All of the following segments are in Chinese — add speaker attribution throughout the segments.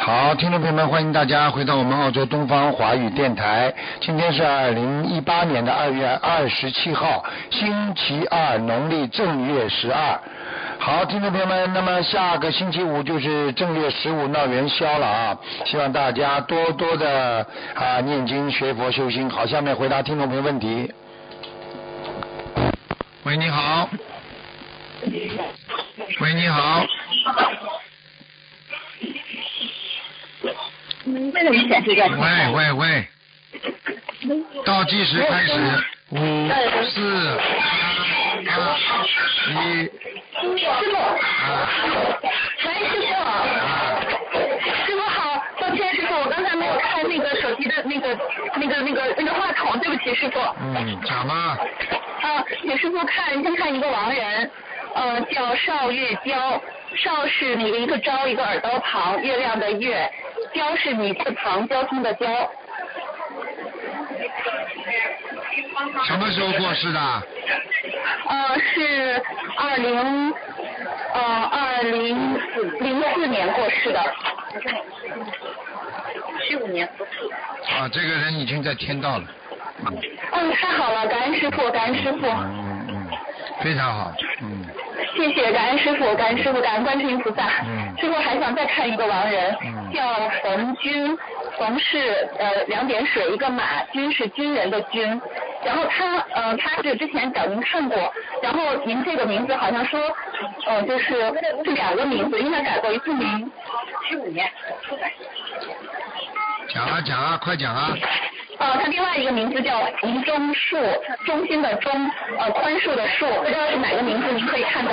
Speaker 1: 好，听众朋友们，欢迎大家回到我们澳洲东方华语电台。今天是二零一八年的二月二十七号，星期二，农历正月十二。好，听众朋友们，那么下个星期五就是正月十五闹元宵了啊！希望大家多多的啊念经学佛修心。好，下面回答听众朋友问题。喂，你好。喂，你好。
Speaker 2: 嗯，这个嗯明显是在
Speaker 1: 喂喂喂，倒计时开始，五四三一
Speaker 2: 师傅，喂，师傅，师傅好，抱歉，师傅，我刚才没有开那个手机的那个、那个、那个、那个话筒，对不起，师傅。
Speaker 1: 嗯，讲吧。
Speaker 2: 啊，请师傅看，先看一个亡人，呃，叫邵月娇，邵是那个一个朝一个耳朵旁，月亮的月，娇是女字旁交通的交，
Speaker 1: 什么时候过世的？啊
Speaker 2: 呃，是二零呃二零零四年过世的。十五年。
Speaker 1: 啊，这个人已经在天道了。
Speaker 2: 嗯，太好了，感恩师傅，感恩师傅，
Speaker 1: 嗯嗯嗯，非常好。嗯
Speaker 2: 谢谢感恩师傅，感恩师傅，感恩观世音菩萨。
Speaker 1: 嗯
Speaker 2: 师傅还想再看一个亡人，
Speaker 1: 嗯
Speaker 2: 叫冯军，冯是呃两点水一个马，军是军人的军。然后他呃他是之前找您看过，然后您这个名字好像说呃就是是两个名字，因为他改过一次名。十五年。
Speaker 1: 讲啊讲啊，快讲啊！
Speaker 2: 呃，他另外一个名字叫吴中树，中心的中，呃，宽恕的恕，不知道是哪个名字，您可以看到。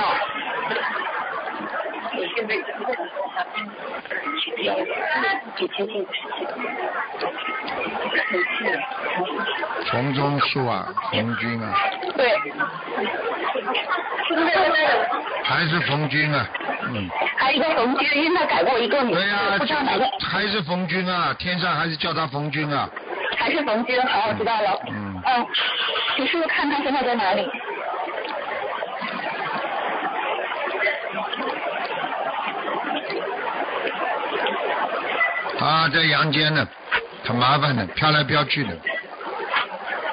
Speaker 1: 红中树啊，红军啊，
Speaker 2: 对。
Speaker 1: 还是冯军啊？嗯，
Speaker 2: 还有一个冯军，因为他改过一个名字，
Speaker 1: 对呀、
Speaker 2: 不知道哪个
Speaker 1: 啊，还是冯军啊，天上还是叫他冯军啊？
Speaker 2: 还是冯军。好，我知道了。
Speaker 1: 嗯
Speaker 2: 嗯，你是不是看他现在在哪里？
Speaker 1: 啊，在阳间呢，很麻烦的，飘来飘去的。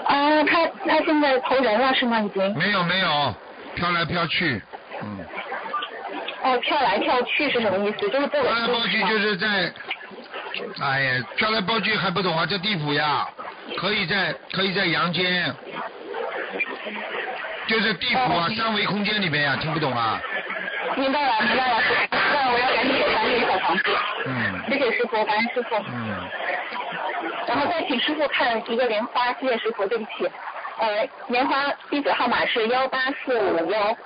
Speaker 2: 啊，他他现在投人了是吗？已经。
Speaker 1: 没有没有，飘来飘去，嗯，
Speaker 2: 哦，跳来跳去是什么意思？就是不
Speaker 1: 飘
Speaker 2: 稳
Speaker 1: 来
Speaker 2: 定
Speaker 1: 飘去嗯
Speaker 2: 吗
Speaker 1: 就是在，哎呀，飘来飘去还不懂啊，在地府呀，可以在可以在阳间，就是地府啊，三维空间里面呀，听不懂啊，
Speaker 2: 明白了，明白了，那我要赶紧赶紧小房子。
Speaker 1: 嗯
Speaker 2: 谢谢师傅，感恩师傅。
Speaker 1: 嗯，
Speaker 2: 然后再请师傅看一个莲花，谢谢师傅，对不起。呃，莲花地址号码是幺八四五幺。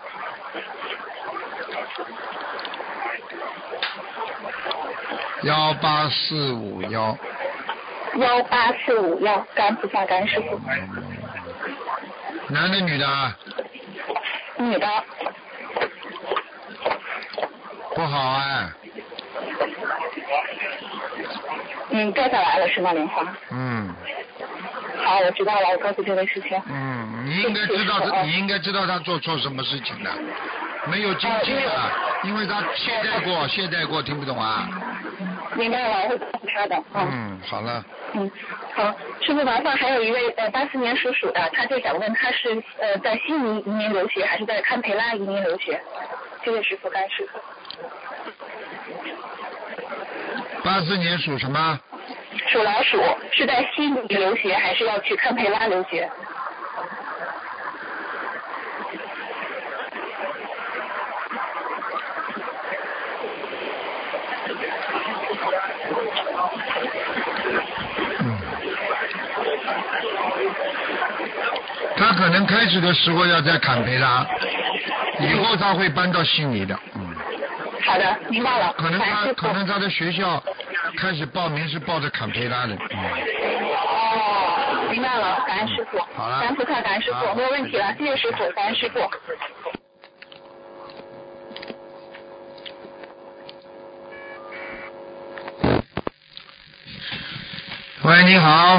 Speaker 1: 幺八四五幺，
Speaker 2: 幺八四五幺，感恩菩萨，感恩师傅。
Speaker 1: 男的女的啊，
Speaker 2: 女的，
Speaker 1: 不好啊，
Speaker 2: 嗯，掉下来了是吗？莲花。
Speaker 1: 嗯
Speaker 2: 好，我知道了，我告诉这位师兄。
Speaker 1: 嗯，你应该知道他，你应该知道他做错什么事情的，哦没有经济的，因为他懈怠过，懈怠过，听不懂啊。
Speaker 2: 明白了，我会告诉他的。嗯
Speaker 1: 嗯，好了，
Speaker 2: 嗯，好，师傅麻烦还有一位呃八四年属鼠的，他就想问他是呃在悉尼移民留学还是在堪培拉移民留学？谢谢师傅，感恩师傅。
Speaker 1: 八四年属什么？
Speaker 2: 属老鼠是在悉尼留学还是要去堪培拉留学？
Speaker 1: 他可能开始的时候要在坎培拉，以后他会搬到悉尼的。嗯，
Speaker 2: 好的，明白了，
Speaker 1: 可能
Speaker 2: 感恩
Speaker 1: 他
Speaker 2: 师
Speaker 1: 可
Speaker 2: 傅。
Speaker 1: 能他的学校开始报名是报的坎培拉的。嗯，
Speaker 2: 哦，明白了，感恩师傅。
Speaker 1: 嗯好了
Speaker 2: 感恩菩萨，感恩师
Speaker 1: 好
Speaker 2: 傅，没有问题了，谢谢师傅，感恩师傅。
Speaker 1: 喂，你好，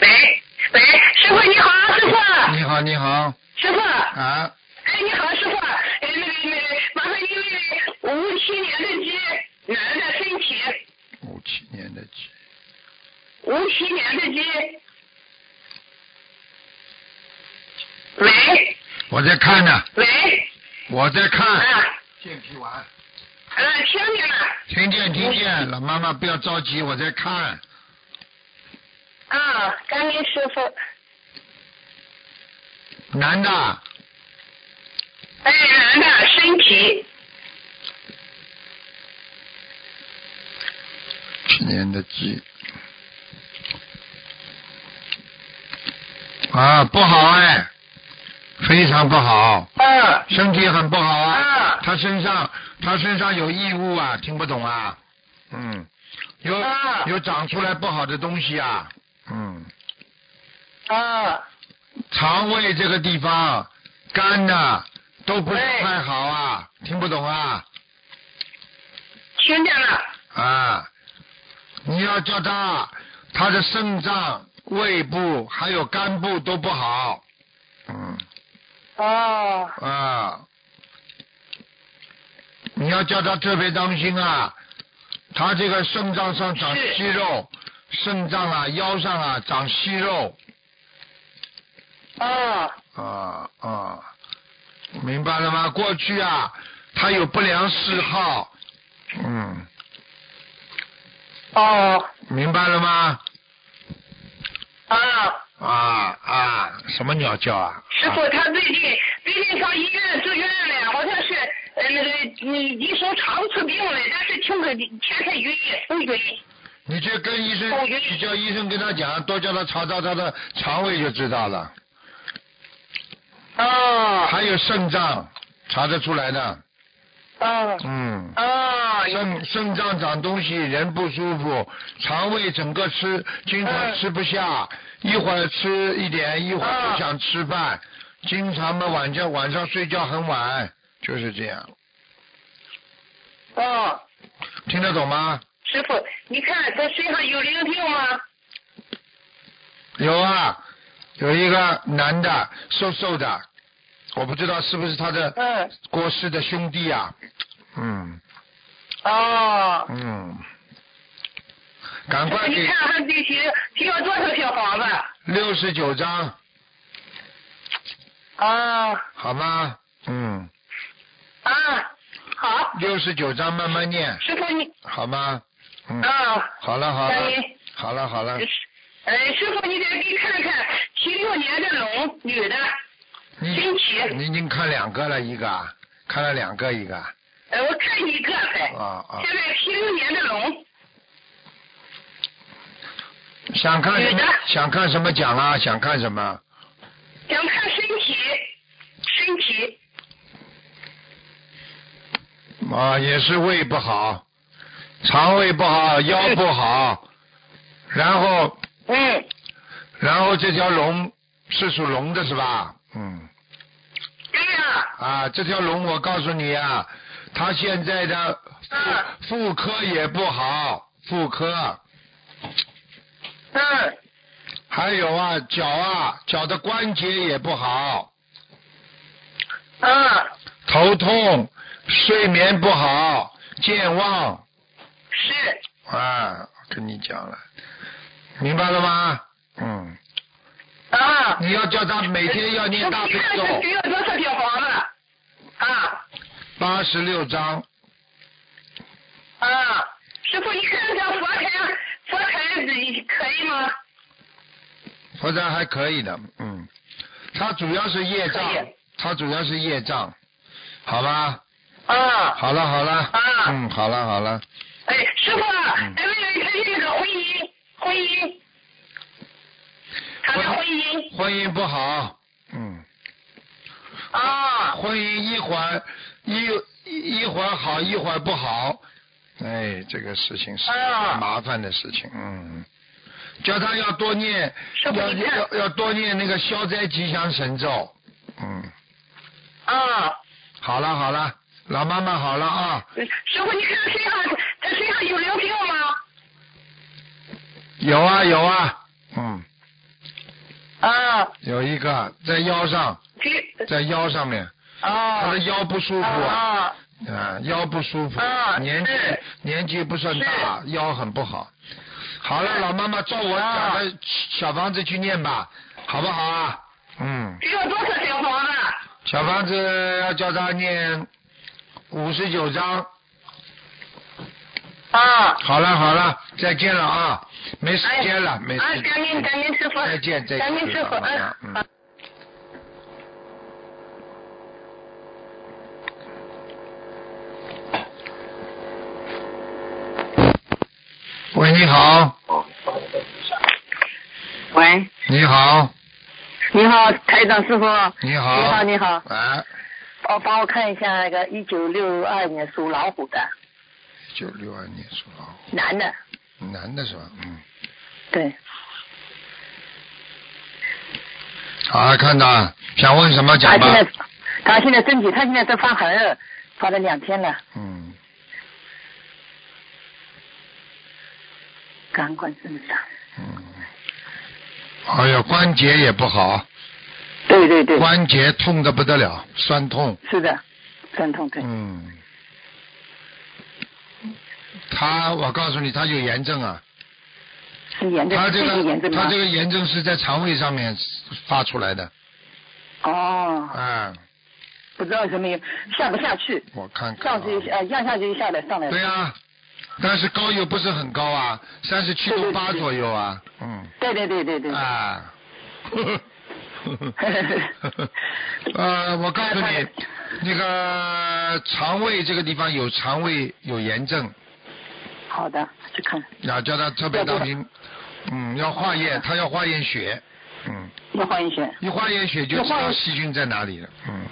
Speaker 2: 喂喂，师傅你好，师傅，
Speaker 1: 你好，你好，
Speaker 2: 师傅。
Speaker 1: 啊，
Speaker 2: 哎，你好，师傅，哎，那个那个，麻烦您那个五七年的鸡，男的身体，
Speaker 3: 五七年的鸡。喂
Speaker 1: 我在看呢，
Speaker 3: 喂，
Speaker 1: 我在
Speaker 3: 啊
Speaker 1: 看。健脾丸，
Speaker 3: 啊，听见了。
Speaker 1: 听见听见，老妈妈不要着急，我在看。
Speaker 3: 啊，甘霖师傅，
Speaker 1: 男的，
Speaker 3: 哎，男的，身体，
Speaker 1: 去年的鸡。啊，不好哎，非常不好，
Speaker 3: 嗯，
Speaker 1: 身体很不好啊
Speaker 3: 啊。
Speaker 1: 他身上，他身上有异物啊，听不懂啊。嗯，有
Speaker 3: 啊
Speaker 1: 有长出来不好的东西啊。嗯，
Speaker 3: 啊，
Speaker 1: 肠胃这个地方，肝呐、都不是
Speaker 3: 对
Speaker 1: 太好啊，听不懂啊
Speaker 3: 听见了，
Speaker 1: 啊！你要叫他，他的肾脏、胃部还有肝部都不好。嗯。
Speaker 3: 哦，
Speaker 1: 啊，你要叫他特别当心啊，他这个肾脏上长
Speaker 3: 是
Speaker 1: 息肉，肾脏啊、腰上啊长息肉
Speaker 3: 哦，
Speaker 1: 啊啊，明白了吗？过去啊，他有不良嗜好，嗯，
Speaker 3: 哦，
Speaker 1: 明白了吗？
Speaker 3: 啊，
Speaker 1: 啊啊，什么鸟叫啊？
Speaker 3: 师傅，他最近最近上医院住院了，好像是呃那个你一说肠出病了，但是听着天天晕，头晕，
Speaker 1: 你去跟医生
Speaker 3: 我觉得，
Speaker 1: 你叫医生跟他讲，多叫他查查他的肠胃就知道了，
Speaker 3: 哦，
Speaker 1: 还有肾脏查得出来的，
Speaker 3: 哦，
Speaker 1: 嗯。
Speaker 3: 哦，
Speaker 1: 肾肾脏长东西，人不舒服，肠胃整个吃经常
Speaker 3: 嗯
Speaker 1: 吃不下，一会儿吃一点，一会儿不
Speaker 3: 啊
Speaker 1: 想吃饭，经常嘛晚上晚上睡觉很晚，就是这样，
Speaker 3: 哦，
Speaker 1: 听得懂吗？
Speaker 3: 师傅，你看他身上有灵性吗？
Speaker 1: 有啊，有一个男的，瘦瘦的，我不知道是不是他的
Speaker 3: 嗯，
Speaker 1: 过世的兄弟啊，嗯
Speaker 3: 哦。
Speaker 1: 嗯，赶快
Speaker 3: 你
Speaker 1: 给
Speaker 3: 看还得需需要多少小房子？
Speaker 1: 六十九张，
Speaker 3: 啊
Speaker 1: 好吗？嗯，
Speaker 3: 啊，好，
Speaker 1: 六十九张慢慢念。
Speaker 3: 师傅你
Speaker 1: 好吗？嗯，
Speaker 3: 啊，
Speaker 1: 好了好
Speaker 3: 感
Speaker 1: 了，
Speaker 3: 恩。
Speaker 1: 好了好了，
Speaker 3: 呃，师傅你再给看看七六年的龙女的，
Speaker 1: 你
Speaker 3: 新奇
Speaker 1: 你已经看两个了，一个啊看了两个一个啊
Speaker 3: 呃，我看一个还。
Speaker 1: 啊，啊
Speaker 3: 现在七六年的龙，
Speaker 1: 想看什
Speaker 3: 女
Speaker 1: 么
Speaker 3: 的
Speaker 1: 想看什么讲啊？想看什么？
Speaker 3: 想看身体，身体
Speaker 1: 啊，也是胃不好，肠胃不好，腰不好，然后
Speaker 3: 嗯，
Speaker 1: 然后这条龙是属龙的是吧？嗯。
Speaker 3: 对呀、
Speaker 1: 啊，这条龙我告诉你啊，它现在的
Speaker 3: 嗯
Speaker 1: 妇妇科也不好，妇科，
Speaker 3: 嗯，
Speaker 1: 还有啊脚啊脚的关节也不好，
Speaker 3: 啊，
Speaker 1: 头痛，睡眠不好，健忘
Speaker 3: 是，
Speaker 1: 啊，我跟你讲了，明白了吗？嗯，
Speaker 3: 啊。
Speaker 1: 你要叫他每天要念大悲
Speaker 3: 你看他需
Speaker 1: 咒
Speaker 3: 要多少小房子？啊
Speaker 1: 八十六章，
Speaker 3: 啊，师傅，你看他佛台佛台可以吗？
Speaker 1: 佛山还可以的，嗯，他主要是业障
Speaker 3: 可以，
Speaker 1: 他主要是业障，好吧？
Speaker 3: 啊，
Speaker 1: 好了好了，
Speaker 3: 啊
Speaker 1: 嗯，好了好了，
Speaker 3: 哎，师傅，
Speaker 1: 嗯
Speaker 3: 哎，问问他这个婚姻，婚姻，他的婚姻
Speaker 1: 婚姻不好，嗯，
Speaker 3: 啊，
Speaker 1: 婚姻一会儿一一一会儿好一会儿不好，哎，这个事情是
Speaker 3: 啊
Speaker 1: 麻烦的事情，嗯，叫他要多念，
Speaker 3: 师
Speaker 1: 要
Speaker 3: 傅你看
Speaker 1: 要要多念那个消灾吉祥神咒，嗯，
Speaker 3: 啊，嗯
Speaker 1: 好了好了，老妈妈好了啊，
Speaker 3: 师傅，你看他身上他身上有灵性吗？
Speaker 1: 有啊有啊，嗯，
Speaker 3: 啊，
Speaker 1: 有一个在腰上，
Speaker 3: 这
Speaker 1: 在腰上面，他
Speaker 3: 啊
Speaker 1: 的腰不舒服啊。
Speaker 3: 啊
Speaker 1: 啊，腰不舒服，
Speaker 3: 啊
Speaker 1: 年纪
Speaker 3: 是
Speaker 1: 年纪不算大，腰很不好。好了，老妈妈，照我
Speaker 2: 啊
Speaker 1: 讲的小房子去念吧，好不好啊？嗯，
Speaker 2: 只有多少小房子？
Speaker 1: 小房子要叫他念五十九章。
Speaker 2: 啊，
Speaker 1: 好了好了，再见了啊，没时间了，没
Speaker 2: 啊
Speaker 1: 时，间。
Speaker 2: 赶紧赶紧师傅，
Speaker 1: 再见再见
Speaker 2: 赶紧师傅，
Speaker 1: 嗯
Speaker 2: 嗯，好
Speaker 1: 嗯喂，你好，
Speaker 4: 喂，
Speaker 1: 你好，
Speaker 4: 你好，台长师傅。你
Speaker 1: 你好，
Speaker 4: 好，你好。
Speaker 1: 哎，
Speaker 4: 哦，帮我看一下那个一九六二年属老虎的
Speaker 1: 九六二年属老虎，
Speaker 4: 男的，
Speaker 1: 男的是吧？嗯，
Speaker 4: 对，
Speaker 1: 好，看到了，想问什么
Speaker 4: 他
Speaker 1: 讲
Speaker 4: 啊现
Speaker 1: 吧。
Speaker 4: 在他现在身体，他现在在发寒了，发了两天了，
Speaker 1: 嗯，
Speaker 4: 赶快身上。
Speaker 1: 嗯，哎呀，关节也不好，
Speaker 4: 对对对，
Speaker 1: 关节痛的不得了，酸痛。
Speaker 4: 是的，酸痛对。
Speaker 1: 嗯，他，我告诉你，他有炎症啊，
Speaker 4: 是炎症，
Speaker 1: 他
Speaker 4: 是
Speaker 1: 这
Speaker 4: 个炎
Speaker 1: 个
Speaker 4: 症
Speaker 1: 他
Speaker 4: 吗
Speaker 1: 这？个炎症是在肠胃上面发出来的，
Speaker 4: 哦，
Speaker 1: 啊、
Speaker 4: 不知道什么原因，下不下去，
Speaker 1: 我看看、啊
Speaker 4: 上。去一下呃，降下去一下来，上来。
Speaker 1: 对啊，但是高又不是很高啊，三十七度八左右啊，嗯，
Speaker 4: 对对对对对。
Speaker 1: 啊， 呃，我告诉你，那个肠胃这个地方有肠胃有炎症，
Speaker 4: 好的，去看。
Speaker 1: 要啊叫他特别当心，嗯，要化验，他要化验血，嗯，
Speaker 4: 要换一些。
Speaker 1: 一化验血就知道细菌在哪里了，嗯，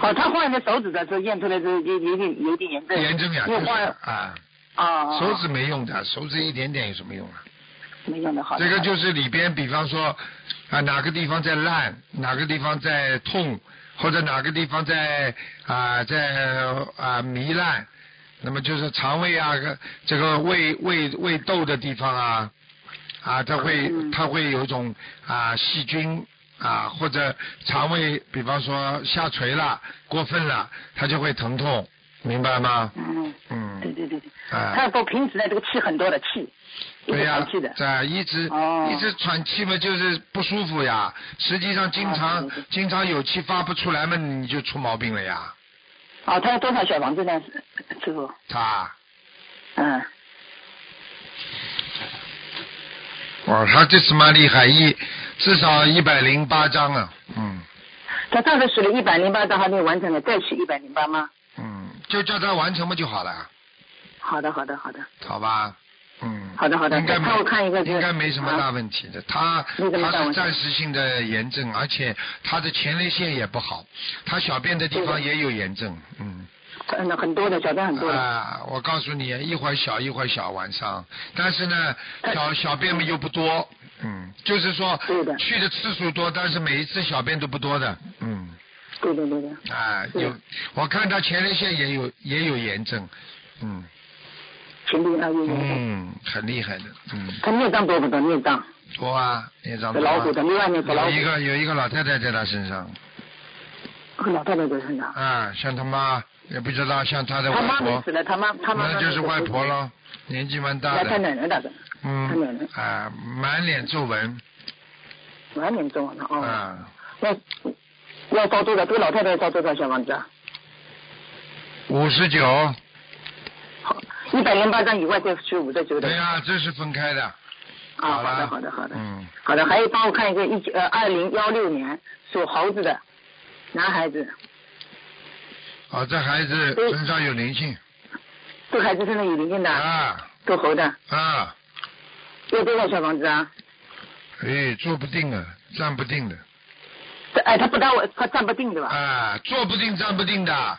Speaker 4: 哦，他换了手指的时候验出来是有有点有点炎症。
Speaker 1: 炎症呀，就
Speaker 4: 又
Speaker 1: 是
Speaker 4: 换了
Speaker 1: 啊，
Speaker 4: 啊，
Speaker 1: 手指没用的，手指一点点有什么用啊？
Speaker 4: 没用的好的。
Speaker 1: 这个
Speaker 4: 好
Speaker 1: 就是里边，比方说啊哪个地方在烂，哪个地方在痛，或者哪个地方在啊、在啊、糜烂，那么就是肠胃啊个这个胃胃胃窦的地方啊啊，它会
Speaker 4: 嗯
Speaker 1: 它会有一种啊细菌。啊，或者肠胃，比方说下垂了、过分了，它就会疼痛，明白吗？
Speaker 4: 的嗯，对
Speaker 1: 嗯，
Speaker 4: 对对对。
Speaker 1: 啊。
Speaker 4: 他不平时呢，这个气很多的气，一
Speaker 1: 对
Speaker 4: 直
Speaker 1: 呀、
Speaker 4: 喘气的。
Speaker 1: 在一直、
Speaker 4: 哦
Speaker 1: 一直喘气嘛，就是不舒服呀。实际上经
Speaker 4: 啊
Speaker 1: 常、
Speaker 4: 对对对
Speaker 1: 经常有气发不出来嘛，你就出毛病了呀。
Speaker 4: 哦，他有多少小房子呢，师傅？
Speaker 1: 他，
Speaker 4: 嗯，
Speaker 1: 哦，他这次蛮厉害，一至少一百零八张了。嗯
Speaker 4: 他上次数了一百零八张还没完成呢，再取一百零八吗？
Speaker 1: 嗯，就叫他完成嘛就好了，
Speaker 4: 好的，好的，好的，
Speaker 1: 好吧？嗯，
Speaker 4: 好的好的
Speaker 1: 应该没
Speaker 4: 那我看一个就是
Speaker 1: 应该没什么大问题的。他
Speaker 4: 没什么大
Speaker 1: 他
Speaker 4: 问
Speaker 1: 是
Speaker 4: 题
Speaker 1: 暂时性的炎症，而且他的前列腺也不好，他小便的地方
Speaker 4: 对
Speaker 1: 也有炎症。嗯。
Speaker 4: 嗯，那很多的，小张很多的。
Speaker 1: 啊、我告诉你，一会儿小一会儿小晚上，但是呢，小小便嘛又不多，嗯，就是说
Speaker 4: 对的
Speaker 1: 去的次数多，但是每一次小便都不多的，嗯，
Speaker 4: 对对对对，
Speaker 1: 啊、
Speaker 4: 是
Speaker 1: 有，我看他前列腺也有也有炎症，嗯
Speaker 4: 前列腺啊有炎症。
Speaker 1: 嗯，很厉害的，嗯，
Speaker 4: 他孽障多不多？孽障，
Speaker 1: 多啊，孽障
Speaker 4: 这
Speaker 1: 多、啊，
Speaker 4: 老虎的，另外那个老
Speaker 1: 有
Speaker 4: 虎
Speaker 1: 一，个有一个老太太在他身上，
Speaker 4: 这个老太太在身上。
Speaker 1: 啊、像他妈也不知道像他的
Speaker 4: 他
Speaker 1: 外
Speaker 4: 妈没
Speaker 1: 婆
Speaker 4: 死，了，他妈他妈妈
Speaker 1: 那就是外婆
Speaker 4: 了。
Speaker 1: 了，年纪蛮大
Speaker 4: 那
Speaker 1: 的
Speaker 4: 他，奶奶打的，他奶奶
Speaker 1: 嗯，啊、满脸皱纹，
Speaker 4: 蛮严重的哦。
Speaker 1: 啊，
Speaker 4: 那要烧多少？这个老太太要烧多少小房子啊？
Speaker 1: 五十九，
Speaker 4: 一百零八张以外再取五十九的
Speaker 1: 对。哎呀、这是分开的。
Speaker 4: 啊，好
Speaker 1: 了
Speaker 4: 的，好的，好的，
Speaker 1: 嗯，
Speaker 4: 好的。还有帮我看一个一九呃二零幺六年属猴子的男孩子，
Speaker 1: 哦，这孩子
Speaker 4: 嗯
Speaker 1: 身上有灵性
Speaker 4: 这个孩子身上有灵性的，
Speaker 1: 啊
Speaker 4: 属猴的，
Speaker 1: 啊，
Speaker 4: 要多少小房子啊？
Speaker 1: 哎，坐不定啊，站不定的
Speaker 4: 这哎，他不大稳，他站不定对吧？
Speaker 1: 啊，坐不定，站不定的，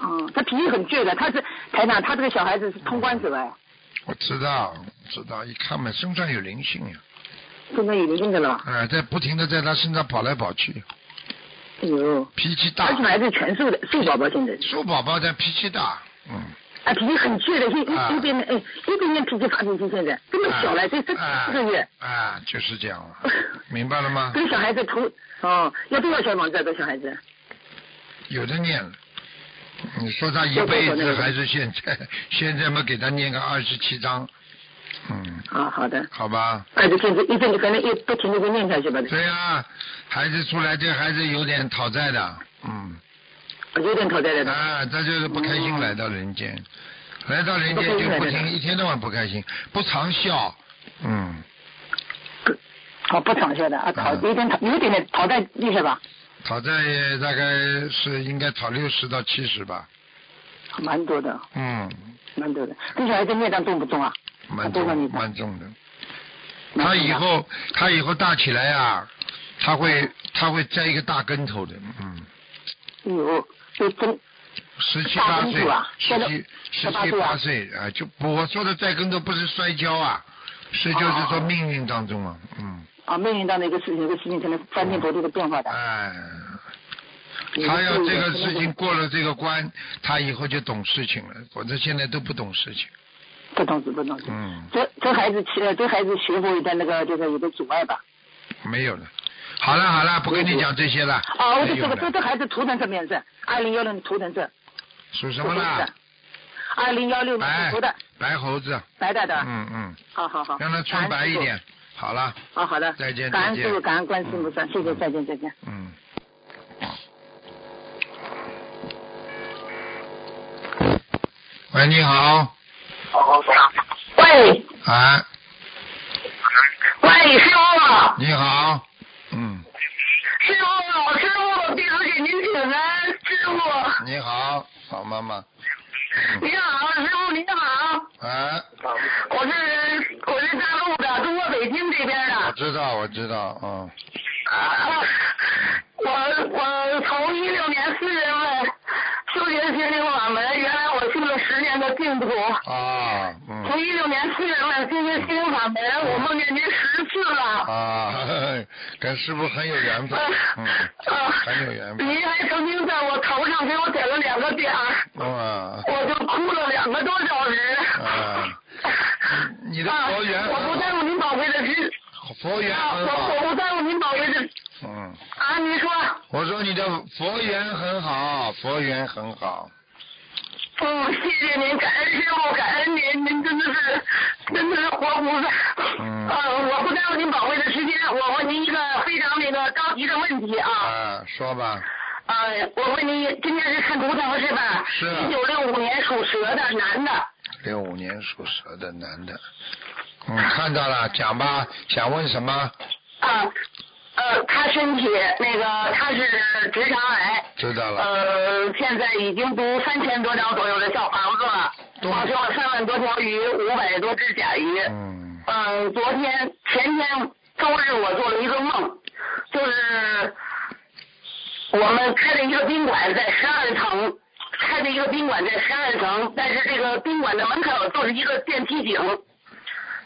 Speaker 4: 嗯，他脾气很倔的，他是台长，他这个小孩子是通关者哎，
Speaker 1: 我知道，知道，一看嘛，身上有灵性呀、
Speaker 4: 身上有灵性的了
Speaker 1: 啊，，在不停的在他身上跑来跑去，
Speaker 4: 哎呦，
Speaker 1: 脾气大
Speaker 4: 而且，还是全素的素宝宝现在是。
Speaker 1: 树宝宝的脾气大，嗯，
Speaker 4: 啊，脾气很倔的，一
Speaker 1: 啊
Speaker 4: 一一点点，哎，一点点脾气发脾气，现在这么小了，这这
Speaker 1: 啊
Speaker 4: 四个月，
Speaker 1: 啊，就是这 样了，明白了吗？
Speaker 4: 这个小孩子头哦，要多少小房子啊？这个小孩子
Speaker 1: 有的念了。 你说他一辈子还是现在，现在嘛给他念个二十七章，嗯，
Speaker 2: 啊，好的，
Speaker 1: 好吧。
Speaker 4: 哎
Speaker 2: 那就一直一直就可能一不停的就念下去吧，
Speaker 1: 对呀、孩子出来这孩子有点讨债的，嗯，
Speaker 2: 有点讨债的，
Speaker 1: 啊，这就是不开心来到人间，来到人间就不
Speaker 2: 不开心来
Speaker 1: 停，
Speaker 2: 的
Speaker 1: 一天到晚不开心，不常笑，嗯，
Speaker 2: 哦，不长效的啊，讨
Speaker 1: 嗯
Speaker 2: 有点讨有点点讨债意识吧，
Speaker 1: 讨债也大概是应该讨六十到七十吧，
Speaker 2: 蛮多的，
Speaker 1: 嗯，
Speaker 2: 蛮多的。这小孩子孽障重不重啊？
Speaker 1: 蛮
Speaker 2: 多少
Speaker 1: 重
Speaker 2: 你吧
Speaker 1: 蛮重的。
Speaker 2: 蛮
Speaker 1: 他
Speaker 2: 重
Speaker 1: 以
Speaker 2: 的
Speaker 1: 后他以后大起来啊，他会他会栽一个大跟头的，嗯。
Speaker 2: 有有真
Speaker 1: 十七
Speaker 2: 大
Speaker 1: 八
Speaker 2: 跟
Speaker 1: 岁
Speaker 2: 头啊，
Speaker 1: 十七十
Speaker 2: 18
Speaker 1: 七
Speaker 2: 岁啊
Speaker 1: 八岁啊，就我说的再跟头不是摔跤啊，是就是说命运当中啊，嗯，
Speaker 2: 啊命运当的一个事情，一个事情可能翻天覆地的变化的。
Speaker 1: 哎，
Speaker 2: 有
Speaker 1: 他要
Speaker 2: 有
Speaker 1: 这个
Speaker 2: 有
Speaker 1: 事情过了这个关，他以后就懂事情了，我这现在都不懂事情，
Speaker 2: 不懂事，不懂事。
Speaker 1: 嗯，
Speaker 2: 这这孩子学，这孩子学佛有点那个，就是有个阻碍吧。
Speaker 1: 没有了。好了好了，不跟你讲哦这些了。
Speaker 2: 啊，我
Speaker 1: 没
Speaker 2: 的这
Speaker 1: 用
Speaker 2: 个
Speaker 1: 了
Speaker 2: 这这孩子图腾什么颜色？二零幺六年图腾是
Speaker 1: 属什么啦？？
Speaker 2: 二零幺六年
Speaker 1: 白
Speaker 2: 属猴的，
Speaker 1: 白猴子，
Speaker 2: 白的的。
Speaker 1: 嗯嗯，
Speaker 2: 好好好。
Speaker 1: 让他穿
Speaker 2: 感
Speaker 1: 白
Speaker 2: 恩
Speaker 1: 一
Speaker 2: 师父。
Speaker 1: 点。好了，
Speaker 2: 啊，好的。
Speaker 1: 再见
Speaker 2: 感恩
Speaker 1: 再
Speaker 2: 师
Speaker 1: 见
Speaker 2: 傅，感恩观世音菩萨，谢谢，再见，再见。
Speaker 1: 嗯。喂，你好，
Speaker 3: 喂
Speaker 1: 啊，
Speaker 3: 喂，师傅，
Speaker 1: 你好，嗯，
Speaker 3: 师傅，师傅，弟子给您请安，师傅，
Speaker 1: 你好，好妈妈，
Speaker 3: 您好，师傅您好。
Speaker 1: 啊，
Speaker 3: 我是我是大陆的，中国北京这边的。
Speaker 1: 我知道，我知道，嗯，
Speaker 3: 啊， 我我从一六年四月份修学心灵法门，原来我修了十年的净土。
Speaker 1: 啊，嗯，
Speaker 3: 从一六年四月份修学心灵法门，我梦见您十次了。
Speaker 1: 啊， 呵呵跟师傅很有缘
Speaker 3: 啊
Speaker 1: 分，嗯，很有缘分，
Speaker 3: 您还曾经在我头上给我点了两个点儿，
Speaker 1: 哇，
Speaker 3: 我就哭了两个多小时。
Speaker 1: 啊你的佛缘
Speaker 3: 啊我不在乎您宝贵的时，
Speaker 1: 佛缘
Speaker 3: 啊
Speaker 1: 很好
Speaker 3: 我，我不在乎您宝贵的
Speaker 1: 嗯，
Speaker 3: 啊，您说，
Speaker 1: 我说你的佛缘很好，佛缘很好，
Speaker 3: 嗯，谢谢您，感恩师傅，感恩您，您真的是，真的是活菩萨。
Speaker 1: 嗯
Speaker 3: 呃，我不耽误您宝贵的时间，我问您一个非常那个着急的问题啊。
Speaker 1: 啊，说吧，
Speaker 3: 呃，我问您，今天是看图腾是吧？
Speaker 1: 是
Speaker 3: 一九六五年属蛇的男的。
Speaker 1: 六五年属蛇的男的，嗯，看到了，讲吧，想问什么？
Speaker 3: 啊，呃，他身体那个他是直肠癌，
Speaker 1: 知道了，
Speaker 3: 呃，现在已经读三千多张左右的小房子了，
Speaker 1: 多
Speaker 3: 放生了三万多条鱼，五百多只甲鱼。
Speaker 1: 嗯，
Speaker 3: 嗯，昨天前天周日我做了一个梦，就是我们开的一个宾馆在十二层，开的一个宾馆在十二层，但是这个宾馆的门口就是一个电梯井，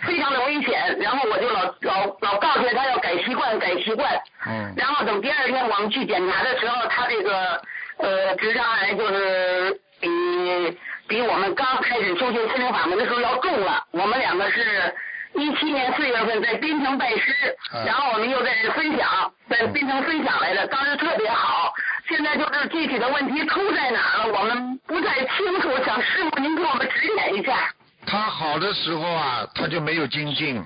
Speaker 3: 非常的危险。然后我就老老老告诫他要改习惯，改习惯。
Speaker 1: 嗯，
Speaker 3: 然后等第二天我们去检查的时候，他这个呃直肠癌就是比比我们刚开始修行心灵法门的时候要重了。我们两个是一七年四月份在槟城拜师，
Speaker 1: 嗯
Speaker 3: 然后我们又在分享，在
Speaker 1: 嗯
Speaker 3: 槟城分享来的，当时特别好。现在就是具体的问题出在哪儿了，我们不太清楚，想师傅您给我们指点一下。
Speaker 1: 他好的时候啊，他就没有精进。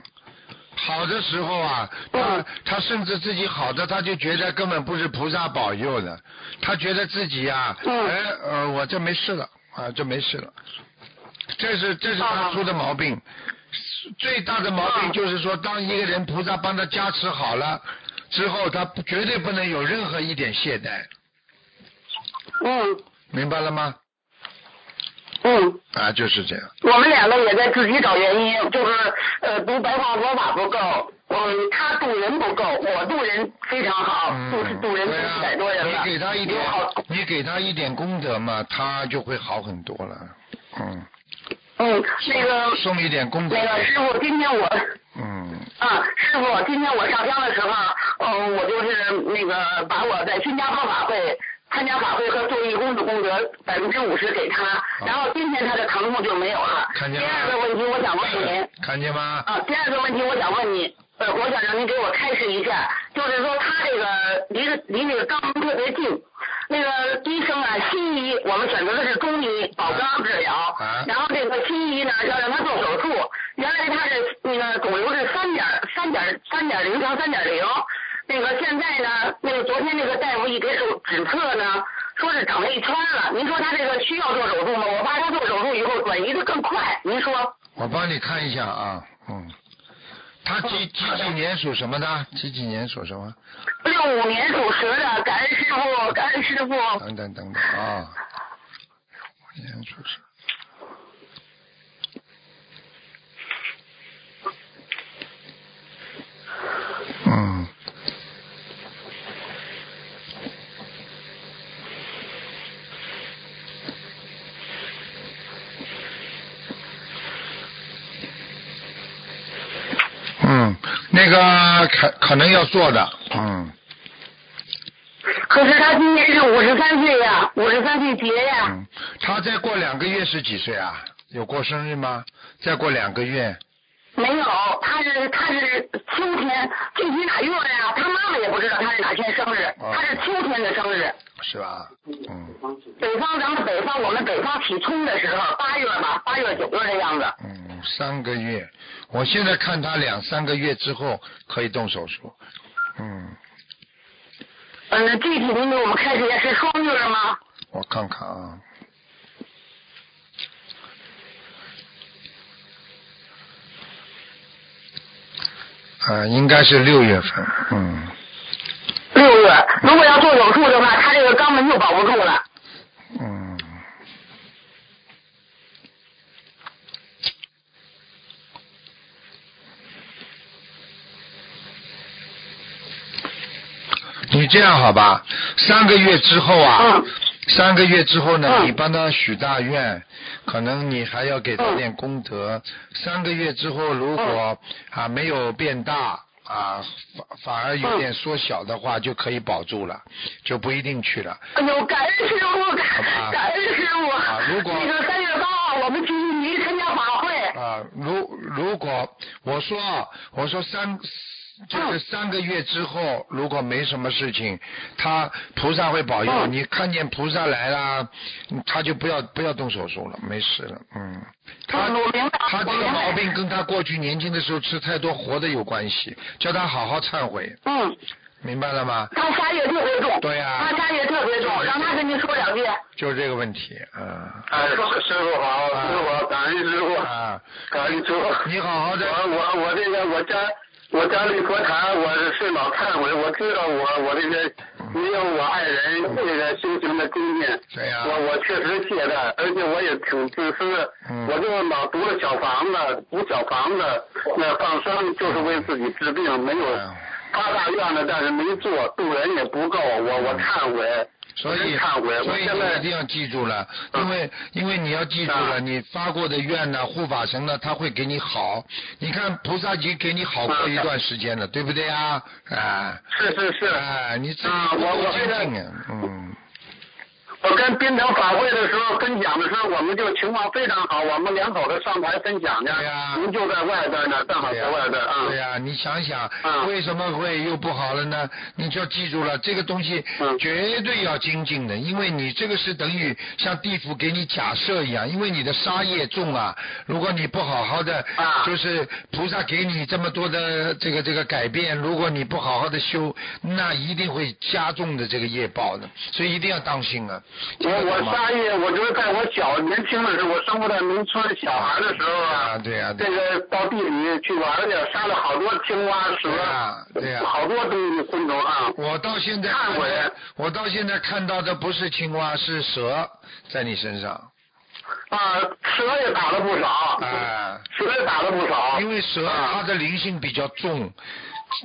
Speaker 1: 好的时候啊，他
Speaker 3: 嗯
Speaker 1: 他甚至自己好的，他就觉得根本不是菩萨保佑的，他觉得自己啊，
Speaker 3: 嗯
Speaker 1: 哎呃，我这没事了啊，这没事了，这是这是他
Speaker 3: 啊
Speaker 1: 出的毛病，最大的毛病
Speaker 3: 啊
Speaker 1: 就是说，当一个人菩萨帮他加持好了之后，他不绝对不能有任何一点懈怠，
Speaker 3: 嗯
Speaker 1: 明白了吗？
Speaker 3: 嗯。
Speaker 1: 啊，就是这样，
Speaker 3: 我们两个也在自己找原因，就是呃读白话佛法不够，嗯，他渡人不够，我渡人非常好，渡
Speaker 1: 嗯，
Speaker 3: 哦渡人
Speaker 1: 对
Speaker 3: 四百多人
Speaker 1: 啊，
Speaker 3: 了，
Speaker 1: 你给他一点
Speaker 3: 有好，
Speaker 1: 你给他一点功德嘛，他就会好很多了，嗯，
Speaker 3: 嗯，那个
Speaker 1: 送一点功德，
Speaker 3: 那个师傅，今天我
Speaker 1: 嗯，
Speaker 3: 啊，师傅，今天我上香的时候，嗯，我就是那个把我在新加坡法会参加法会和做义工的功德百分之五十给
Speaker 1: 啊
Speaker 3: 他，然后今天他的疼痛就没有了。
Speaker 1: 看
Speaker 3: 第
Speaker 1: 见吗
Speaker 3: 二个问题，我想问 您。
Speaker 1: 看见吗？
Speaker 3: 啊，第二个问题我想问你，呃，我想让您给我开示一下，就是说他这个离着离那个肛门特别近，那个医生啊，西医我们选择的是中医保肛治疗，
Speaker 1: 啊
Speaker 3: 然后这个西医呢要让他做手术，原来他是
Speaker 2: 点零调三点零。那个现在呢，那个昨天那个大夫一给手指测呢，说是长了一圈了。您说他这个需要做手术吗？我怕他做手术以后转移的更快。您说
Speaker 1: 我帮你看一下啊，嗯，他
Speaker 3: 哦
Speaker 1: 几几几年属什么的？几几年属什么？
Speaker 2: 六五年属蛇的，感恩师傅，感恩师傅。
Speaker 1: 等等等等啊，五年属蛇。嗯，嗯，那个可可能要做的，嗯，
Speaker 2: 可是他今年是五十三岁呀，五十三岁结呀。
Speaker 1: 嗯，他再过两个月是几岁啊？有过生日吗？再过两个月，嗯
Speaker 2: 没有，他是他是秋天，具体哪月呀、他妈妈也不知道他是哪天生日，
Speaker 1: 哦
Speaker 2: 他是秋天的生日。
Speaker 1: 是吧？嗯
Speaker 2: 北方，咱们北方，我们北方起葱的时候，八月吧，八月九月的样子。
Speaker 1: 嗯，三个月，我现在看他两三个月之后可以动手术，嗯，
Speaker 2: 嗯，具体您给我们开始也是双月吗？
Speaker 1: 我看看啊。啊，应该是六月份，嗯，
Speaker 2: 六月，如果要做手术的话，他这个肛门就保不住了。
Speaker 1: 嗯，你这样好吧？三个月之后啊，
Speaker 2: 嗯
Speaker 1: 三个月之后呢，
Speaker 2: 嗯
Speaker 1: 你帮他许大愿，可能你还要给他
Speaker 2: 嗯
Speaker 1: 点功德。三个月之后，如果、啊没有变大啊，反反而有
Speaker 2: 嗯
Speaker 1: 点缩小的话，就可以保住了，就不一定去了。
Speaker 2: 哎呦，感恩师傅，
Speaker 1: 好吧
Speaker 2: 感感恩师傅。
Speaker 1: 啊如果
Speaker 2: 那个三月八号，我们去印尼参加法会。
Speaker 1: 啊，如如果我说啊我说三
Speaker 2: 嗯
Speaker 1: 就是三个月之后，如果没什么事情，他菩萨会保佑、
Speaker 2: 嗯
Speaker 1: 你。看见菩萨来啦，他就不要不要动手术了，没事了。嗯，他
Speaker 2: 嗯我明白
Speaker 1: 他这
Speaker 2: 我
Speaker 1: 个
Speaker 2: 明白
Speaker 1: 毛病跟他过去年轻的时候吃太多活的有关系，叫他好好忏悔，
Speaker 2: 嗯，
Speaker 1: 明白了吗？
Speaker 2: 他杀业特别重。
Speaker 1: 对呀
Speaker 2: 他杀业特别重，让他跟您说两句。
Speaker 1: 就是这个问题，啊
Speaker 3: 哎，师傅好，师傅好，感恩师傅，
Speaker 1: 啊，
Speaker 3: 感恩师傅。
Speaker 1: 你好好的
Speaker 3: 我我我这个我家我家里佛堂我是是老忏悔，我知道我我这个没有我爱人这个修行的经验，
Speaker 1: 对呀、
Speaker 3: 我我确实懈怠，而且我也挺自私，
Speaker 1: 嗯
Speaker 3: 我就老读了小房子，补小房子，那放生就是为自己治病，没有
Speaker 1: 哎
Speaker 3: 发大愿了，但是没做，度人也不够，我我忏悔，
Speaker 1: 所以，
Speaker 3: 真忏悔，我
Speaker 1: 所以
Speaker 3: 现
Speaker 1: 你
Speaker 3: 在
Speaker 1: 一定要记住了，因为因为你要记住了，
Speaker 3: 啊
Speaker 1: 你发过的愿呢，护法神呢，他会给你好。你看菩萨已经给你好过一段时间了，对不对啊？啊，
Speaker 3: 是是啊是。
Speaker 1: 啊，你自己
Speaker 3: 啊我我
Speaker 1: 精
Speaker 3: 这个
Speaker 1: 进啊，嗯，
Speaker 3: 我跟冰城法会的时候分享的时候，我们就情况非常好，我们两口子上台分享呢
Speaker 1: 对呀，
Speaker 3: 您就在外边呢，正好
Speaker 1: 对
Speaker 3: 在
Speaker 1: 呀
Speaker 3: 外边啊。
Speaker 1: 对呀，你想想
Speaker 3: 啊，
Speaker 1: 为什么会又不好了呢？你就要记住了，这个东西
Speaker 3: 嗯
Speaker 1: 绝对要精进的，因为你这个是等于像地府给你假设一样，因为你的杀业重啊，如果你不好好的
Speaker 3: 啊，
Speaker 1: 就是菩萨给你这么多的这个这个改变，如果你不好好的修，那一定会加重的这个业报的，所以一定要当心啊。
Speaker 3: 我我
Speaker 1: 杀
Speaker 3: 杀业，我就是在我小年轻的时候，我生活在农村小孩的时候
Speaker 1: 啊，
Speaker 3: 啊，
Speaker 1: 对呀、对
Speaker 3: 这个到地里去玩去，杀了好多青蛙、蛇
Speaker 1: 对呀，啊对呀
Speaker 3: 好多东西昆虫啊。
Speaker 1: 我到现在
Speaker 3: 忏悔
Speaker 1: 我到现在看到的不是青蛙，是蛇在你身上。
Speaker 3: 啊，蛇也打了不少，
Speaker 1: 啊，
Speaker 3: 蛇也打了不少。
Speaker 1: 因为蛇
Speaker 3: 啊
Speaker 1: 它的灵性比较重，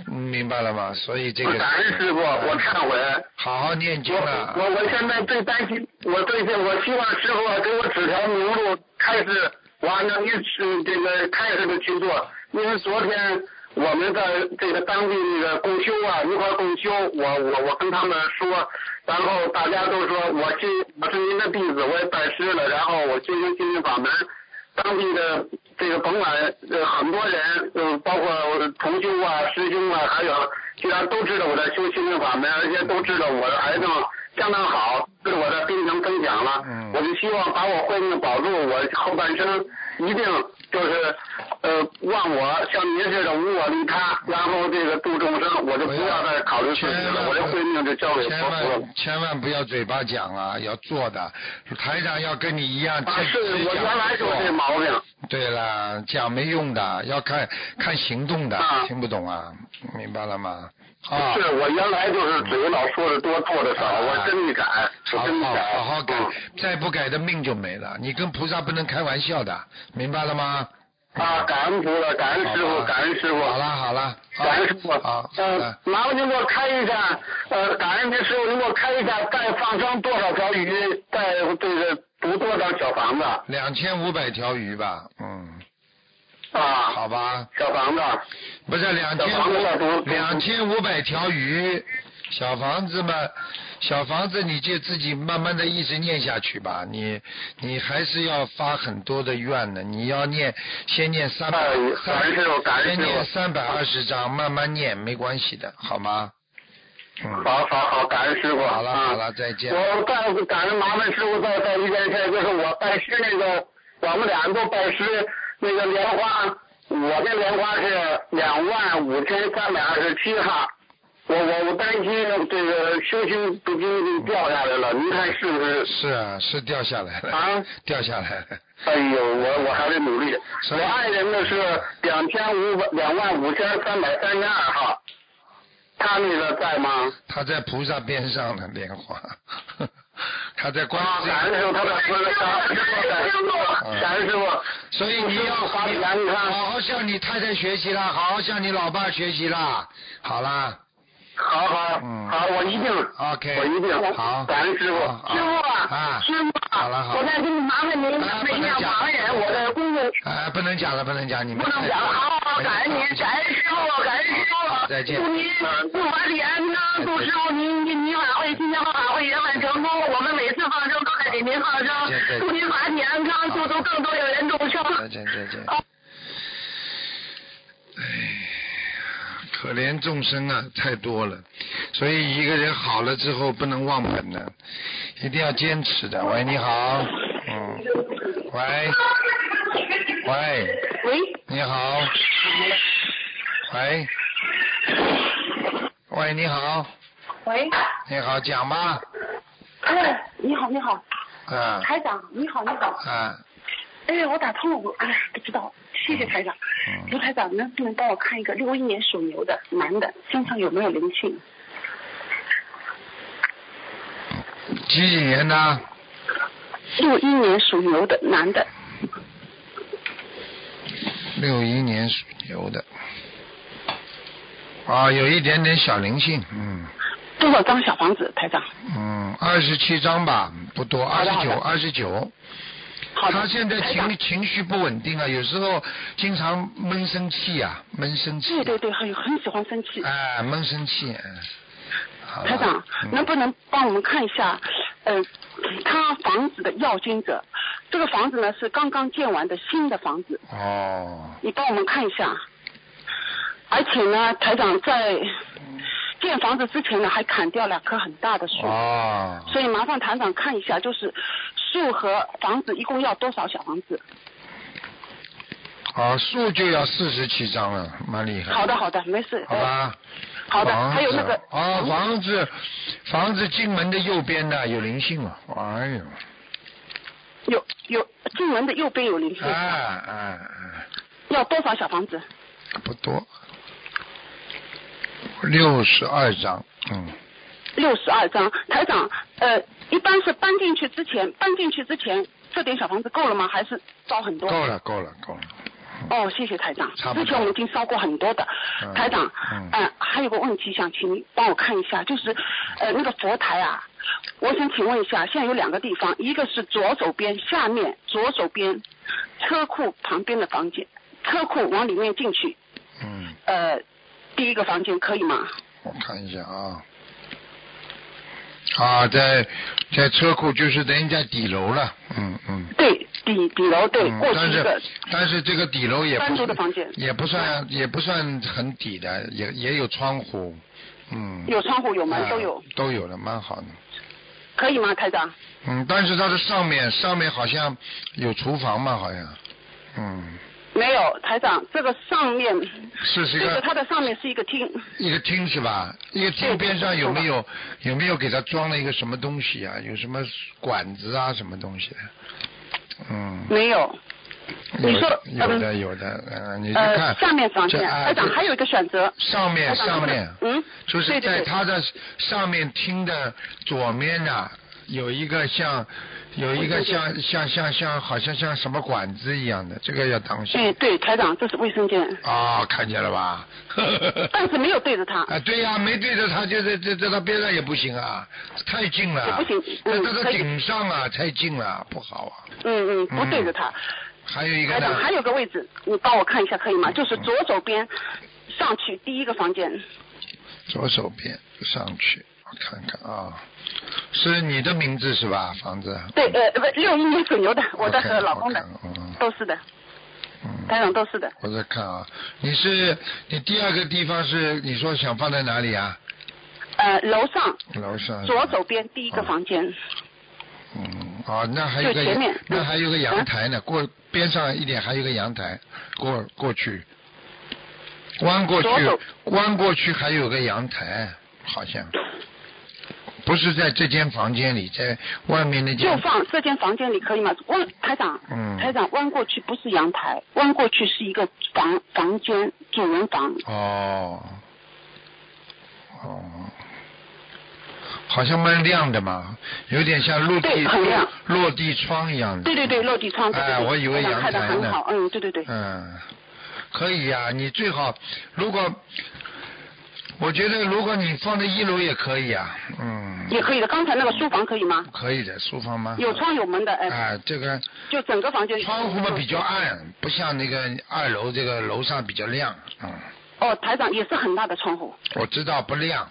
Speaker 1: 明白了吗？所以这个
Speaker 3: 感恩师傅，我忏悔。
Speaker 1: 好好念经啊
Speaker 3: 我
Speaker 1: 了。
Speaker 3: 我我现在最担心，我最近我希望师傅给我指条明路，开始我按照您是嗯这个开始的去做。因为昨天我们在这个当地那个共修啊，一块儿共修，我我我跟他们说，然后大家都说我信我是您的弟子，我也拜师了，然后我进行心灵法门。当地的这个甭管呃很多人，呃包括同修啊、师兄啊，还有居然都知道我在修心灵法门，而且都知道我的癌症相当好，对我的病情分享了。
Speaker 1: 嗯
Speaker 3: 我就希望把我慧命保住，我后半生一定就是呃
Speaker 5: 忘我，像您似的无我利他，然后这个度众生，我就不要再考虑自己
Speaker 1: 千万
Speaker 5: 了，我这慧命就交给
Speaker 1: 哎千
Speaker 5: 佛陀了
Speaker 1: 万。千万不要嘴巴讲啊，要做的。台长要跟你一样，
Speaker 5: 啊，是
Speaker 1: 只
Speaker 5: 我
Speaker 1: 讲
Speaker 5: 原来就
Speaker 1: 做
Speaker 5: 有这毛病。
Speaker 1: 对了，讲没用的，要看看行动的
Speaker 5: 啊，
Speaker 1: 听不懂啊？明白了吗？啊，
Speaker 5: 是我原来就是嘴老说的多，做的少，
Speaker 1: 啊
Speaker 5: 我真的改，
Speaker 1: 好
Speaker 5: 我真的
Speaker 1: 好
Speaker 5: 改，
Speaker 1: 好好改
Speaker 5: 嗯，
Speaker 1: 再不改的命就没了。你跟菩萨不能开玩笑的，明白了吗？
Speaker 5: 啊，感恩菩萨，感恩师
Speaker 1: 好
Speaker 5: 傅，
Speaker 1: 吧
Speaker 5: 感恩师傅。
Speaker 1: 好了好了，好
Speaker 5: 感恩师傅，
Speaker 1: 好，嗯
Speaker 5: 嗯，麻烦您给我开一下，呃，感恩您师傅，您给我开一下，再放生多少条鱼，再这个读多少小房子
Speaker 1: 两千五百条鱼吧，嗯，
Speaker 5: 啊？
Speaker 1: 好吧，
Speaker 5: 小房子，
Speaker 1: 不是两
Speaker 5: 小
Speaker 1: 千
Speaker 5: 房子要读
Speaker 1: 两千五百条鱼，小房子嘛，小房子你就自己慢慢的一直念下去吧，你你还是要发很多的愿的，你要念先念三百
Speaker 5: 哎，感恩师傅，感
Speaker 1: 先
Speaker 5: 恩师
Speaker 1: 念
Speaker 5: 傅，
Speaker 1: 三百二十章，慢慢念没关系的，好吗？嗯，
Speaker 5: 好好好，感恩师傅，
Speaker 1: 好了好
Speaker 5: 啊
Speaker 1: 了，再见。
Speaker 5: 我再感恩麻烦师傅再再一件事，就是我拜师那个，我们俩人都拜师，那个莲花，我这莲花是两万五千三百二十七号，我我我担心这个修行不经掉下来了，您看是不是？
Speaker 1: 是啊，是掉下来了，
Speaker 5: 啊，
Speaker 1: 掉下来了。
Speaker 5: 哎呦，我我还得努力。
Speaker 1: 是
Speaker 5: 我爱人呢是两千五百两万五千三百三十二号，他那个在吗？
Speaker 1: 他在菩萨边上的莲花， 他在观
Speaker 5: 啊，
Speaker 1: 世
Speaker 5: 感恩
Speaker 1: 音嗯
Speaker 5: 师傅，他在说的，感恩师傅，感恩师傅，感恩师傅。
Speaker 1: 所以你要
Speaker 5: 法
Speaker 1: 好
Speaker 5: 里南，你看，
Speaker 1: 好向你太太学习啦，好好向你老爸学习啦，好啦
Speaker 5: 好好
Speaker 1: 嗯
Speaker 5: 好，我一定，
Speaker 1: ，OK，
Speaker 5: 我一定，
Speaker 1: 好，
Speaker 5: 感恩师傅。
Speaker 1: 好好
Speaker 3: 师
Speaker 1: 啊
Speaker 3: 傅，师
Speaker 1: 好了好了
Speaker 3: 傅，我再给你麻烦您，
Speaker 1: 啊
Speaker 3: 没
Speaker 1: 不能
Speaker 3: 让
Speaker 1: 讲
Speaker 3: 盲人，我的工作
Speaker 1: 哎，不能讲了，不能讲，你们
Speaker 3: 不能讲。好好，感恩您，感恩师傅，感恩师傅，
Speaker 1: 再见
Speaker 3: 祝您祝法体安康，祝师傅您您您晚会今天晚会圆满成功。我们每次放生都在给您放生
Speaker 1: 再见，
Speaker 3: 祝您法体安康，祝福更多有缘众生。
Speaker 1: 再见再见。哎，可怜众生啊，太多了，所以一个人好了之后不能忘本的，一定要坚持的。喂，你好，嗯， 喂，哎喂，
Speaker 3: 喂，
Speaker 1: 你好，喂，喂，你好，
Speaker 4: 喂，
Speaker 1: 你好，讲吧，
Speaker 4: 哎，你好，你好，
Speaker 1: 啊
Speaker 4: 台长，你好，你好，
Speaker 1: 啊，
Speaker 4: 哎，我打通了，我哎呀，不知道，谢谢台长，
Speaker 1: 嗯，
Speaker 4: 刘台长，能不能帮我看一个六一年属牛的男的身上有没有灵性？
Speaker 1: 几几年呢？
Speaker 4: 六一年属牛的男的，
Speaker 1: 六一年属牛的，啊，有一点点小灵性，嗯
Speaker 4: 多少张小房子？台长，
Speaker 1: 嗯，二十七张吧，不多，二
Speaker 4: 好
Speaker 1: 十
Speaker 4: 的好
Speaker 1: 九，
Speaker 4: 的
Speaker 1: 二十九。
Speaker 4: 好的，
Speaker 1: 他现在
Speaker 4: 台长
Speaker 1: 情情绪不稳定啊，有时候经常闷生气啊，闷生气
Speaker 4: 对，对对，很很喜欢生气。
Speaker 1: 哎，闷生气。嗯好了
Speaker 4: 台长，
Speaker 1: 嗯
Speaker 4: 能不能帮我们看一下，呃，他房子的要经者，这个房子呢是刚刚建完的新的房子，
Speaker 1: 哦，
Speaker 4: 你帮我们看一下。而且呢，台长在建房子之前呢，还砍掉两棵很大的树，
Speaker 1: 哦，
Speaker 4: 所以麻烦台长看一下，就是树和房子一共要多少小房子？
Speaker 1: 哦，树就要四十七张了，蛮厉害。
Speaker 4: 好的，好的，没事。
Speaker 1: 哎好吧。
Speaker 4: 好的，
Speaker 1: 房
Speaker 4: 还有
Speaker 1: 子
Speaker 4: 那个
Speaker 1: 啊，房子，房子进门的右边呢有灵性了，哎呦，
Speaker 4: 有有进门的右边有灵性，
Speaker 1: 哎哎哎，
Speaker 4: 要多少小房子？
Speaker 1: 不多，六十二张，嗯，
Speaker 4: 六十二张。台长，呃，一般是搬进去之前，搬进去之前这点小房子够了吗？还是烧很多？
Speaker 1: 够了够了够了，
Speaker 4: 哦，谢谢台长
Speaker 1: 差。不多
Speaker 4: 之前我们已经烧过很多的，
Speaker 1: 嗯
Speaker 4: 台长，
Speaker 1: 嗯
Speaker 4: 呃，还有个问题想请你帮我看一下，就是呃那个佛台啊，我想请问一下，现在有两个地方，一个是左手边下面左手边车库旁边的房间，车库往里面进去，
Speaker 1: 嗯，
Speaker 4: 呃，第一个房间可以吗？
Speaker 1: 我看一下啊，啊，在在车库就是等于在底楼了，嗯嗯。
Speaker 4: 对，底底楼对，
Speaker 1: 嗯
Speaker 4: 过去
Speaker 1: 但
Speaker 4: 一个
Speaker 1: 是但是这个底楼也不
Speaker 4: 单独的
Speaker 1: 是
Speaker 4: 房间
Speaker 1: 也不算也不算很底的，也也有窗户，嗯，
Speaker 4: 有窗户有门
Speaker 1: 啊
Speaker 4: 都有，
Speaker 1: 都有的，蛮好的。
Speaker 4: 可以吗，台长？
Speaker 1: 嗯，但是它的上面上面好像有厨房嘛，好像，嗯，
Speaker 4: 没有，台长，这个上面，
Speaker 1: 是是一
Speaker 4: 这个
Speaker 1: 个
Speaker 4: 它的上面是一个厅，
Speaker 1: 一个厅是吧？一个厅边上有没有有没有给他装了一个什么东西啊？有什么管子啊，什么东西的？嗯，
Speaker 4: 没有。
Speaker 1: 有
Speaker 4: 你说
Speaker 1: 的有
Speaker 4: 嗯
Speaker 1: 的有的，嗯，你去
Speaker 4: 呃
Speaker 1: 看，。
Speaker 4: 下面房
Speaker 1: 这
Speaker 4: 间，
Speaker 1: 啊
Speaker 4: 台长
Speaker 1: 这
Speaker 4: 还有一个选择，
Speaker 1: 上面
Speaker 4: 台长能
Speaker 1: 上
Speaker 4: 不能
Speaker 1: 面，
Speaker 4: 嗯，
Speaker 1: 就是
Speaker 4: 对对
Speaker 1: 在
Speaker 4: 对
Speaker 1: 它的上面厅的左面呐、有一个像有一个像像像像好像像什么管子一样的，这个要当
Speaker 4: 对
Speaker 1: 心。
Speaker 4: 嗯对，台长，这是卫生间，
Speaker 1: 啊、看见了吧？
Speaker 4: 但是没有对着它，
Speaker 1: 啊，对呀、没对着他，就在在在他边上也不行啊，太近了，
Speaker 4: 也不行
Speaker 1: 在
Speaker 4: 嗯
Speaker 1: 他的
Speaker 4: 可以
Speaker 1: 顶上啊，太近了，不好啊。
Speaker 4: 嗯嗯，不对着它。
Speaker 1: 还有一个嗯
Speaker 4: 台长
Speaker 1: 呢，
Speaker 4: 还有个位置，你帮我看一下可以吗？就是左手边上去第一个房间，
Speaker 1: 左手边上去，我看看啊，是你的名字是吧？房子？
Speaker 4: 对，呃，不，六一年属牛的，我的呃
Speaker 1: OK，
Speaker 4: 和老公的
Speaker 1: OK，嗯
Speaker 4: 都是的，
Speaker 1: 嗯，
Speaker 4: 台长都是的，
Speaker 1: 我在看啊，你是你第二个地方是你说想放在哪里啊？
Speaker 4: 呃，楼上
Speaker 1: 楼上。
Speaker 4: 左手。边第一个房间，
Speaker 1: 嗯，哦，那还有
Speaker 4: 就前
Speaker 1: 个
Speaker 4: 面
Speaker 1: 那还有个阳
Speaker 4: 嗯
Speaker 1: 台呢，过边上一点还有个阳台，过过去，弯过去
Speaker 4: 左手，
Speaker 1: 弯过去还有个阳台，好像不是在这间房间里，在外面那
Speaker 4: 就
Speaker 1: 间。
Speaker 4: 放这间房间里可以吗？弯台长，
Speaker 1: 嗯
Speaker 4: 台长弯过去不是阳台，弯过去是一个房房间，主人房，
Speaker 1: 哦，哦，好像蛮亮的嘛，有点像落地
Speaker 4: 对很亮
Speaker 1: 落地窗一样的。
Speaker 4: 对对对，落地窗，对对
Speaker 1: 嗯哎，
Speaker 4: 对，
Speaker 1: 我以为
Speaker 4: 台长
Speaker 1: 阳
Speaker 4: 看的
Speaker 1: 台
Speaker 4: 很
Speaker 1: 呢
Speaker 4: 好，。嗯，对对对，
Speaker 1: 嗯，可以呀、你最好如果，我觉得如果你放在一楼也可以啊，嗯，
Speaker 4: 也可以的。刚才那个书房可以吗？
Speaker 1: 可以的，书房吗？
Speaker 4: 有窗有门的，哎、
Speaker 1: 啊，这个
Speaker 4: 就整个房间。
Speaker 1: 嗯窗户嘛比较暗，不像那个二楼这个楼上比较亮，嗯，
Speaker 4: 哦，台长也是很大的窗户。
Speaker 1: 我知道不亮，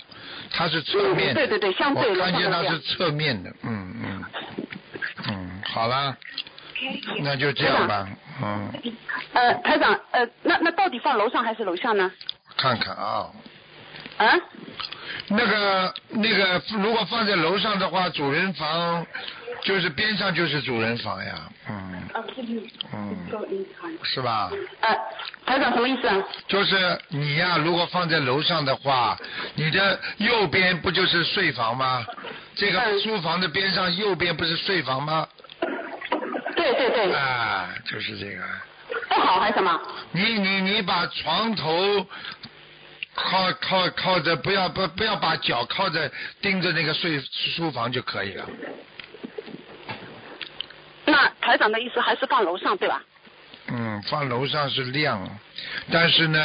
Speaker 1: 它是侧面的，
Speaker 4: 嗯对对对相对
Speaker 1: 我
Speaker 4: 楼上
Speaker 1: 看见它
Speaker 4: 的
Speaker 1: 是
Speaker 4: 亮
Speaker 1: 侧面的，嗯嗯嗯，好啦，那就这样吧，嗯，
Speaker 4: 呃，台长，呃，那那到底放楼上还是楼下呢？
Speaker 1: 看看啊，
Speaker 4: 啊？
Speaker 1: 那个那个，如果放在楼上的话，主人房就是边上就是主人房呀，嗯嗯，是吧？
Speaker 4: 呃，台长什么意思啊？
Speaker 1: 就是你呀，如果放在楼上的话，你的右边不就是睡房吗？这个
Speaker 4: 嗯
Speaker 1: 书房的边上右边不是睡房吗？
Speaker 4: 对对对，
Speaker 1: 啊，就是这个。
Speaker 4: 不好还是什么？
Speaker 1: 你你你把床头靠靠靠着，不要不不要把脚靠着盯着那个睡书房就可以了。
Speaker 4: 那台长的意思还是放楼上对吧？
Speaker 1: 嗯，放楼上是亮，啊但是呢，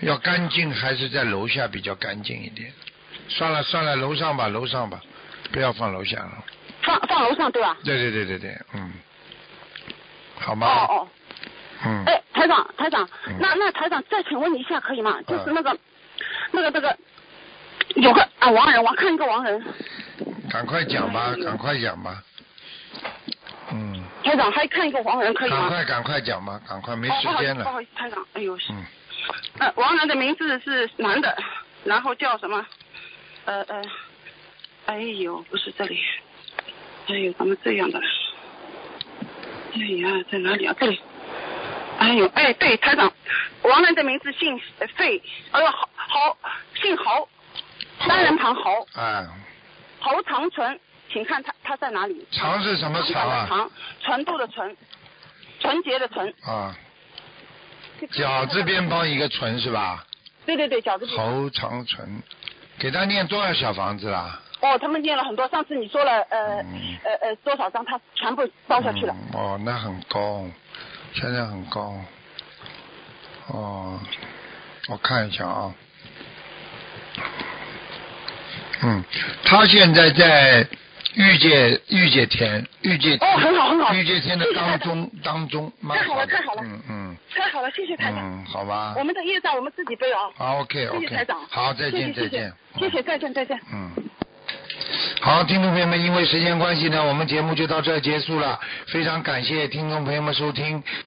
Speaker 1: 要干净还是在楼下比较干净一点。算了算了，楼上吧，楼上吧，不要放楼下了。
Speaker 4: 放放楼上对吧？
Speaker 1: 对对对对对，嗯，好
Speaker 4: 哦
Speaker 1: 吗？
Speaker 4: 哦，
Speaker 1: 嗯，
Speaker 4: 哎，台长台长
Speaker 1: 嗯，
Speaker 4: 那那台长再请问一下可以吗？就是
Speaker 1: 嗯
Speaker 4: 那个、那个那个有个啊亡人，我看一个亡人，
Speaker 1: 赶快讲吧，赶快讲吧。嗯，
Speaker 4: 台长还看一个亡人可以
Speaker 1: 赶
Speaker 4: 吗？
Speaker 1: 快赶快讲吧，赶快没
Speaker 4: 哎哦
Speaker 1: 时
Speaker 4: 不好意
Speaker 1: 间
Speaker 4: 思，不
Speaker 1: 了。
Speaker 4: 好意思，台长，哎呦，是
Speaker 1: 嗯，
Speaker 4: 呃，王楠的名字是男的，然后叫什么？呃呃，哎呦，不是这里，哎呦，怎么这样的？哎呀，在哪里啊？这里。哎呦，哎，对，台长，王楠的名字姓呃费，哎呦，豪豪，姓豪，单人旁豪，
Speaker 1: 哎，
Speaker 4: 侯长纯，请看他他在哪里？
Speaker 1: 长是什么
Speaker 4: 长
Speaker 1: 长
Speaker 4: 短的
Speaker 1: 啊？
Speaker 4: 长，纯度的纯，纯洁的纯。
Speaker 1: 啊，脚字边旁一个唇是吧？
Speaker 4: 对对对，饺子皮。
Speaker 1: 侯长存，给他念多少小房子啦？
Speaker 4: 哦，他们念了很多，上次你说了，呃
Speaker 1: 嗯
Speaker 4: 呃呃多少张，他全部包下去了。
Speaker 1: 嗯哦，那很高，现在很高。哦，我看一下啊。嗯，他现在在御界御界天御界
Speaker 4: 哦，很好很好，
Speaker 1: 御界天的
Speaker 4: 谢谢
Speaker 1: 当
Speaker 4: 台长，
Speaker 1: 中当中，蛮
Speaker 4: 太好了
Speaker 1: 的
Speaker 4: 太好了
Speaker 1: 嗯嗯
Speaker 4: 太好了，谢谢台长，
Speaker 1: 嗯，好吧
Speaker 4: 我。们的业障我们自己背啊。
Speaker 1: 好，OK
Speaker 4: 谢
Speaker 1: OK，
Speaker 4: 谢台长，
Speaker 1: 好，再见
Speaker 4: 谢谢
Speaker 1: 再见，
Speaker 4: 谢谢再见再见。
Speaker 1: 嗯，好，听众朋友们，因为时间关系呢，我们节目就到这儿结束了。非常感谢听众朋友们收听。